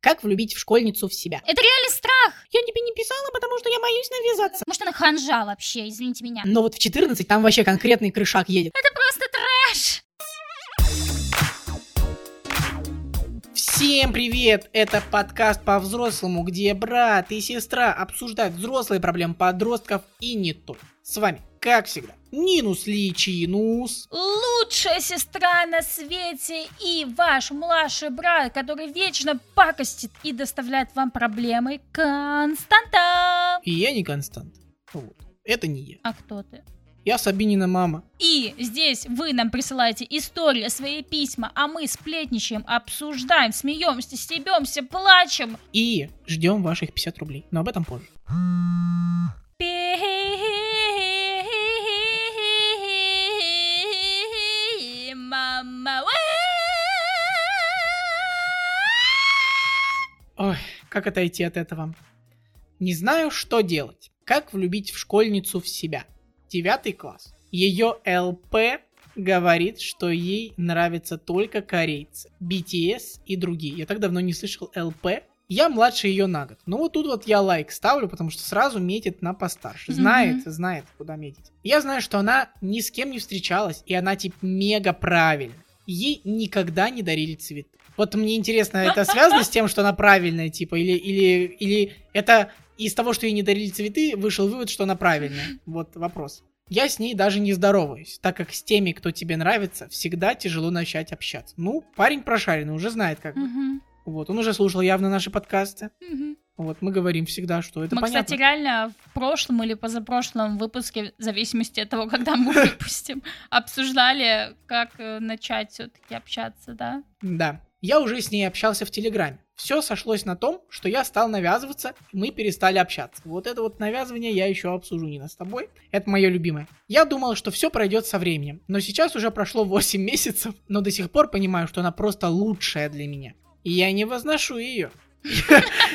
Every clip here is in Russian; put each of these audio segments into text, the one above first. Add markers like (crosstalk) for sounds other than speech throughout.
Как влюбить в школьницу в себя? Это реальный страх. Я тебе не писала, потому что я боюсь навязаться. Может, она ханжа вообще, извините меня. Но вот в 14 там вообще конкретный крышак едет. Это просто трэш. Всем привет! Это подкаст по-взрослому, где брат и сестра обсуждают взрослые проблемы подростков и не только. С вами, как всегда, Нинус Личинус. Лучшая сестра на свете и ваш младший брат, который вечно пакостит и доставляет вам проблемы. Константа! И я не Констант. Вот. Это не я. А кто ты? Я Сабинина мама. И здесь вы нам присылаете истории, свои письма, а мы сплетничаем, обсуждаем, смеемся, стебемся, плачем. И ждем ваших 50 рублей. Но об этом позже. Мама. Ой, как отойти от этого? Не знаю, что делать. Как влюбить в школьницу в себя? Девятый класс. Ее ЛП говорит, что ей нравятся только корейцы, BTS и другие. Я так давно не слышал ЛП. Я младше ее на год. Ну вот тут вот я лайк ставлю, потому что сразу метит на постарше. Знает, знает, куда метить. Я знаю, что она ни с кем не встречалась, и она типа мега правильная. Ей никогда не дарили цветы. Вот мне интересно, это связано с тем, что она правильная, типа, или, или, или это из того, что ей не дарили цветы, вышел вывод, что она правильная. Вот вопрос. Я с ней даже не здороваюсь, так как с теми, кто тебе нравится, всегда тяжело начать общаться. Ну, парень прошаренный, уже знает как. бы. Мгм, Вот, он уже слушал явно наши подкасты. мгм. Вот, мы говорим всегда, что это мы, понятно. кстати, реально в прошлом или позапрошлом выпуске, в зависимости от того, когда (laughs) мы выпустим, обсуждали, как э, начать все-таки общаться, да? Да. Я уже с ней общался в Телеграме. Все сошлось на том, что я стал навязываться, и мы перестали общаться. Вот это вот навязывание я еще обсужу, Нина, с тобой. Это мое любимое. Я думал, что все пройдет со временем, но сейчас уже прошло 8 (laughs) месяцев, но до сих пор понимаю, что она просто лучшая для меня. И я не возношу ее. (laughs)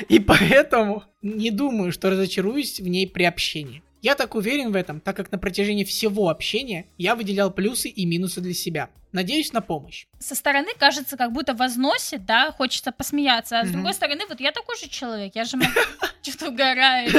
И поэтому не думаю, что разочаруюсь в ней при общении. Я так уверен в этом, так как на протяжении всего общения я выделял плюсы и минусы для себя. Надеюсь на помощь. Со стороны кажется, как будто возносит, да, хочется посмеяться, а с Мгм. другой стороны, вот я такой же человек, я (laughs) же что-то угораю.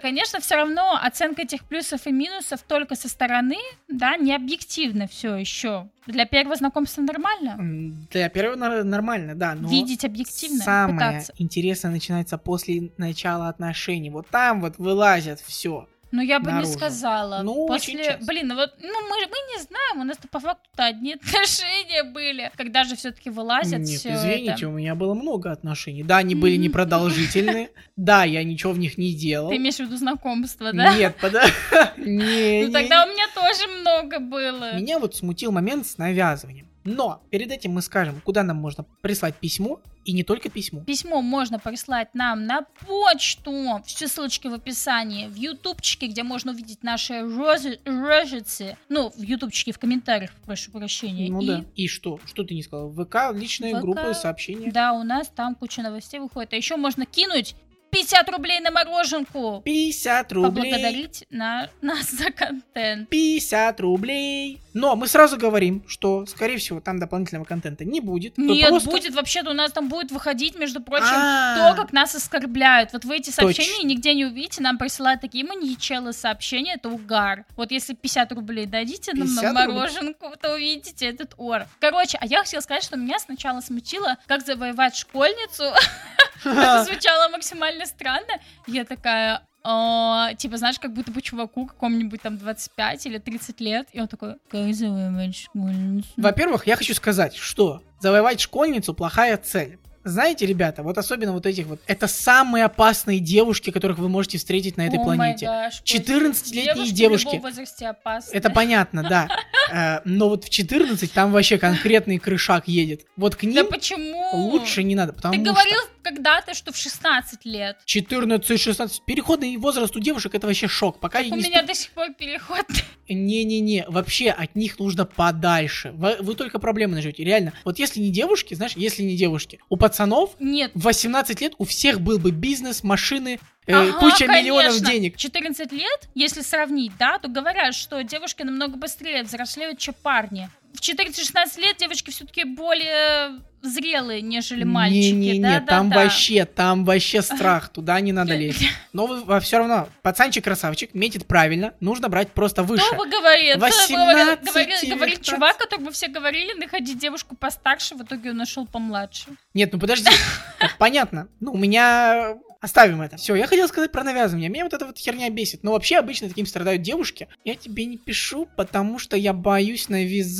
Конечно, все равно оценка этих плюсов и минусов только со стороны, да, не объективно все еще. Для первого знакомства нормально. М, Для первого нар- нормально, да, но Видеть объективно, Ну, самое пытаться. интересное начинается после начала отношений. Вот там вот вылазят все. Ну, я бы наружу. не сказала. Ну, очень После, часто. блин, ну вот, ну мы, же- мы не знаем, у нас-то по факту-то одни (laughs) отношения были. Когда же все-таки вылазят Нет, все извините, это. у меня было много отношений. Да, они были Мгм. (laughs) непродолжительные. Да, я ничего в них не делал. Ты имеешь в виду знакомство, да? Нет, пода... Не, (laughs) ну, не, тогда у меня тоже много было. Меня вот смутил момент с навязыванием. Но перед этим мы скажем, куда нам можно прислать письмо, и не только письмо. Письмо можно прислать нам на почту. Все ссылочки в описании. В ютубчике, где можно увидеть наши розы- рожицы. Ну, в ютубчике, в комментариях, прошу прощения. Ну И да. И что? Что ты не сказал? ВК, личные ВК, группы, сообщения. Да, у нас там куча новостей выходит. А еще можно кинуть 50 рублей на мороженку. 50 рублей. Поблагодарить на, (laughs) нас за контент. 50 рублей. Но мы сразу говорим, что, скорее всего, там дополнительного контента не будет. Вы Нет, просто- будет вообще-то у нас там будет выходить, между прочим, А, (laughs) то, как нас оскорбляют. Вот вы эти Точно. сообщения нигде не увидите, нам присылают такие маньячелы сообщения, это угар. Вот если 50 рублей дадите нам 50 на рублей? мороженку, то увидите этот ор. Короче, а я хотела сказать, что меня сначала смутило, как завоевать школьницу. (laughs) Это звучало максимально странно. Я такая... «А, типа, знаешь, как будто бы чуваку какому-нибудь там 25 или 30 лет, и он такой, как завоевать школьницу?» Во-первых, я хочу сказать, что завоевать школьницу плохая цель. Знаете, ребята, вот особенно вот этих вот, это самые опасные девушки, которых вы можете встретить на этой О май планете. гаш, господи. 14-летние Девушки в девушки. любом возрасте опасны. Это понятно, (laughs) да. Э, Но вот в 14 там вообще конкретный крышак едет. Вот к Да ним почему? лучше не надо, потому Ты что... говорил когда-то, что в 16 лет. 14-16, переходный возраст у девушек это вообще шок. Пока они У не меня до сих пор переход. (laughs) Не-не-не, вообще от них нужно подальше. Вы, вы только проблемы наживете, реально. Вот если не девушки, знаешь, если не девушки, у пацанов Нет. в 18 лет у всех был бы бизнес, машины, э, Ага, куча конечно. миллионов денег. 14 лет, если сравнить, да, то говорят, что девушки намного быстрее взрослеют, чем парни. В 14-16 лет девочки все-таки более зрелые, нежели мальчики. Не, не, не, да, да, там да. вообще, там вообще страх, туда не надо (laughs) лезть. Но все равно, пацанчик красавчик, метит правильно, нужно брать просто выше. Кто бы говорит? Кто бы 18, говорит, говорит 19. чувак, которому все говорили, находи девушку постарше, в итоге он нашел помладше. Нет, ну подожди, это понятно. Ну, у меня... Оставим это. Все, я хотел сказать про навязывание. Меня вот эта вот херня бесит. Но вообще обычно таким страдают девушки. Я тебе не пишу, потому что я боюсь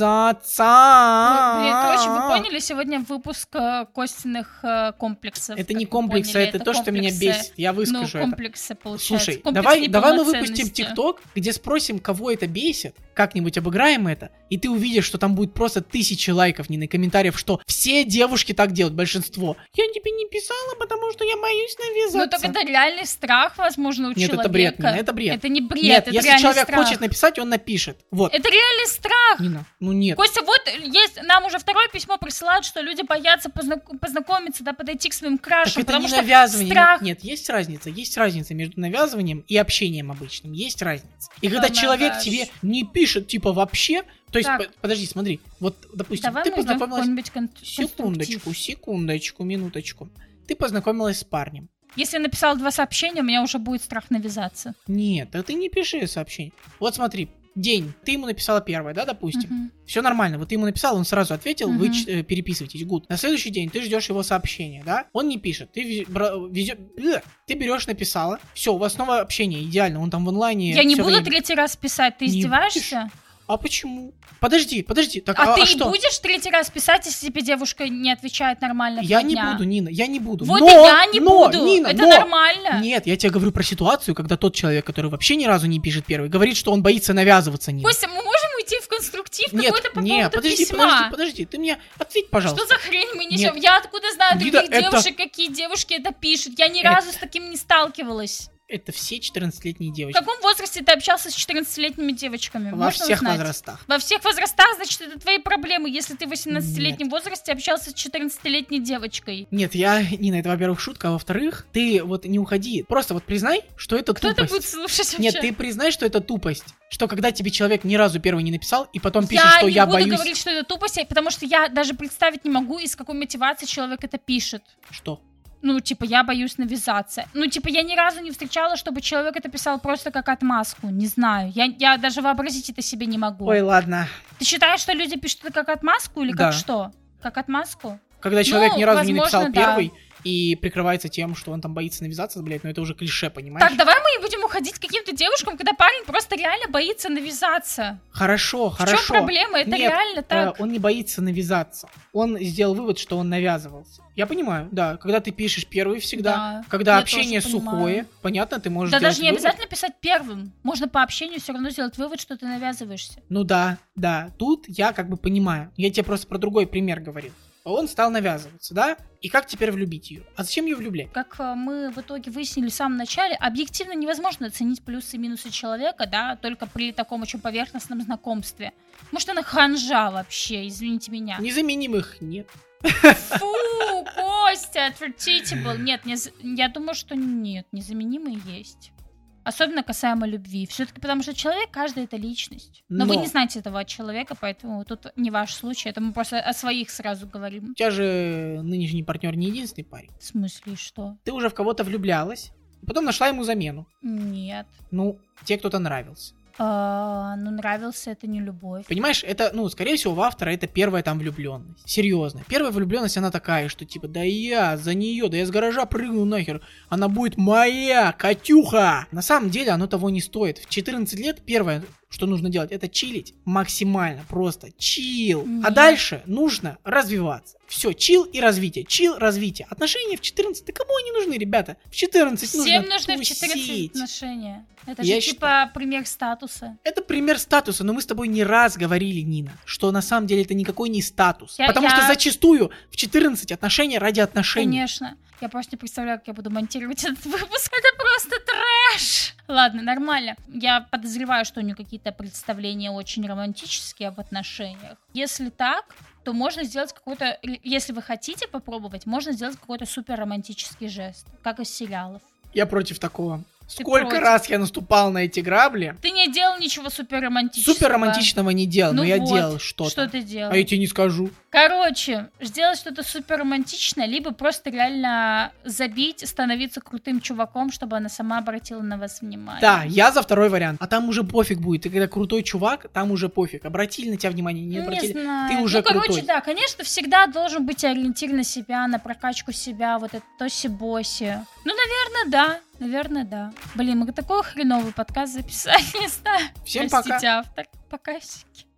навязаться. Э, Ну, блин, короче, вы поняли, сегодня выпуск э, костяных э, комплексов. Это как не вы комплексы, поняли, это то, что меня комплексы. бесит. Я Ну, выскажу это. комплексы, получается. Слушай, Комплекс давай, давай мы выпустим неполноценности. ТикТок, где спросим, кого это бесит, как-нибудь обыграем это, и ты увидишь, что там будет просто тысячи лайков, не на комментариев, что все девушки так делают, большинство. Я тебе не писала, потому что я боюсь Ну, навязаться. так это реальный страх, возможно, у Нет, человека. это бред, Нина, это бред. Это не бред, Нет, это если реальный человек страх. хочет написать, он напишет. Вот. Это реальный страх. Нина, ну нет. Костя, вот есть, нам уже второе письмо присылают, что люди боятся познак- познакомиться, да, подойти к своим Так крашам, это потому не что навязывание. страх. Нет, нет, есть разница. Есть разница между навязыванием и общением обычным. Есть разница. И когда Ладно, человек Даш. тебе не пишет, типа, вообще... То есть, Так. по- подожди, смотри. Вот, допустим, Давай ты мы идем в познакомилась... какой-нибудь кон- конструктив. Секундочку, секундочку, минуточку. Ты познакомилась с парнем. Если я написала два сообщения, у меня уже будет страх навязаться. Нет, да ты не пиши сообщение. Вот смотри, день. Ты ему написала первое, да, допустим? Мгм. Все нормально. Вот ты ему написал, он сразу ответил, вы Мгм. ч- э, переписываетесь. Гуд. На следующий день ты ждешь его сообщения, да? Он не пишет. Ты вез- бра- везе- Бля. Ты берешь, написала. Все, у вас снова общение. Идеально. Он там в онлайне. я не всё буду время. третий раз писать, ты Не издеваешься? А почему? Подожди, подожди. Так, А, а, ты а что? будешь третий раз писать, если тебе девушка не отвечает нормально? Я два не дня? буду, Нина, я не буду. Вот но, и я не но, буду. Нина, Это но, нормально. Нет, я тебе говорю про ситуацию, когда тот человек, который вообще ни разу не пишет первый, говорит, что он боится навязываться Нина. Костя, мы можем уйти в конструктив нет, какой-то по нет, поводу подожди, письма? подожди, подожди, ты мне ответь, пожалуйста. Что за хрень мы несем? Нет. Я откуда знаю Лида, других это- девушек, какие девушки это пишут? Я ни разу с таким не сталкивалась. Это все 14-летние В девочки. каком возрасте ты общался с 14-летними девочками? Во Можно всех узнать? возрастах. Во всех возрастах, значит, это твои проблемы, если ты в 18-летнем возрасте общался с 14-летней девочкой. Нет, я, Нина, это, во-первых, шутка, а во-вторых, ты вот не уходи. Просто вот признай, что это Кто это тупость. будет слушать вообще? Нет, ты признай, что это тупость. Что когда тебе человек ни разу первый не написал, и потом пишет, я что не я буду боюсь. говорить, что это тупость, я- потому что я даже представить не могу, из какой мотивации человек это пишет. Что? Ну, типа, я боюсь навязаться. Ну, типа, я ни разу не встречала, чтобы человек это писал просто как отмазку. Не знаю. Я, я даже вообразить это себе не могу. Ой, ладно. Ты считаешь, что люди пишут это как отмазку или Да. как что? Как отмазку? Когда человек Ну, ни разу не возможно, написал да. первый и прикрывается тем, что он там боится навязаться, блядь, ну это уже клише, понимаешь? Так, давай мы не будем уходить к каким-то девушкам, когда парень просто реально боится навязаться. Хорошо, В хорошо. чем проблема? Это Нет, реально Э, так. он не боится навязаться. Он сделал вывод, что он навязывался. Я понимаю, да. Когда ты пишешь первый всегда, Да. когда я общение тоже понимаю. сухое, понятно, ты можешь Да сделать даже не вывод. обязательно писать первым. Можно по общению все равно сделать вывод, что ты навязываешься. Ну да, да. Тут я как бы понимаю. Я тебе просто про другой пример говорил. Он стал навязываться, да? И как теперь влюбить ее? А зачем ее влюблять? Как э, мы в итоге выяснили в самом начале, объективно невозможно оценить плюсы и минусы человека, да, только при таком очень поверхностном знакомстве. Может, она ханжа вообще, извините меня. Незаменимых нет. Фу, Костя, отвратительно. Нет, не з- я думаю, что нет, незаменимые есть. Особенно касаемо любви. Все-таки потому что человек, каждый это личность. Но, вы Но. не знаете этого от человека, поэтому тут не ваш случай. Это мы просто о своих сразу говорим. У тебя же нынешний партнер не единственный парень. В смысле, и что? Ты уже в кого-то влюблялась, потом нашла ему замену. Нет. Ну, тебе кто-то нравился. А, ну, нравился это не любовь. Понимаешь, это, ну, скорее всего, у автора это первая там влюбленность. Серьезно. Первая влюбленность, она такая, что типа, да я за нее, да я с гаража прыгну нахер, она будет моя, Катюха! На самом деле оно того не стоит. В 14 лет первое, что нужно делать, это чилить максимально, просто чил. А Мгм. дальше нужно развиваться. Все, чил и развитие, чил, развитие. Отношения в 14, да кому они нужны, ребята? В 14 Всем нужно нужны в 14 тусить. отношения. Это Я же типа пример статуса. Это пример статуса, но мы с тобой не раз говорили, Нина, что на самом деле это никакой не статус. Я- потому я- что зачастую в 14 отношения ради отношений. Конечно. Я просто не представляю, как я буду монтировать этот выпуск. Это просто трэш. Ладно, нормально. Я подозреваю, что у нее какие-то представления очень романтические об отношениях. Если так, то можно сделать какой-то... Если вы хотите попробовать, можно сделать какой-то супер романтический жест, как из сериалов. Я против такого. Ты Сколько против. раз я наступал на эти грабли, Ты не делал ничего супер романтического. супер романтичного не делал, Ну но я вот, делал что-то. Что ты делал? а я тебе не скажу. Короче, сделать что-то супер романтичное, либо просто реально забить, становиться крутым чуваком, чтобы она сама обратила на вас внимание. Да, я за второй вариант. А там уже пофиг будет. Ты когда крутой чувак, там уже пофиг. Обратили на тебя внимание, не Ну, обратили. знаю. Ты уже ну, короче, крутой. да, конечно, всегда должен быть ориентир на себя, на прокачку себя, вот это тоси-боси. Ну, наверное, да, наверное, да. Блин, мы такой хреновый подкаст записали, (laughs) не знаю. Всем Простите, пока. автор. Пока, сики.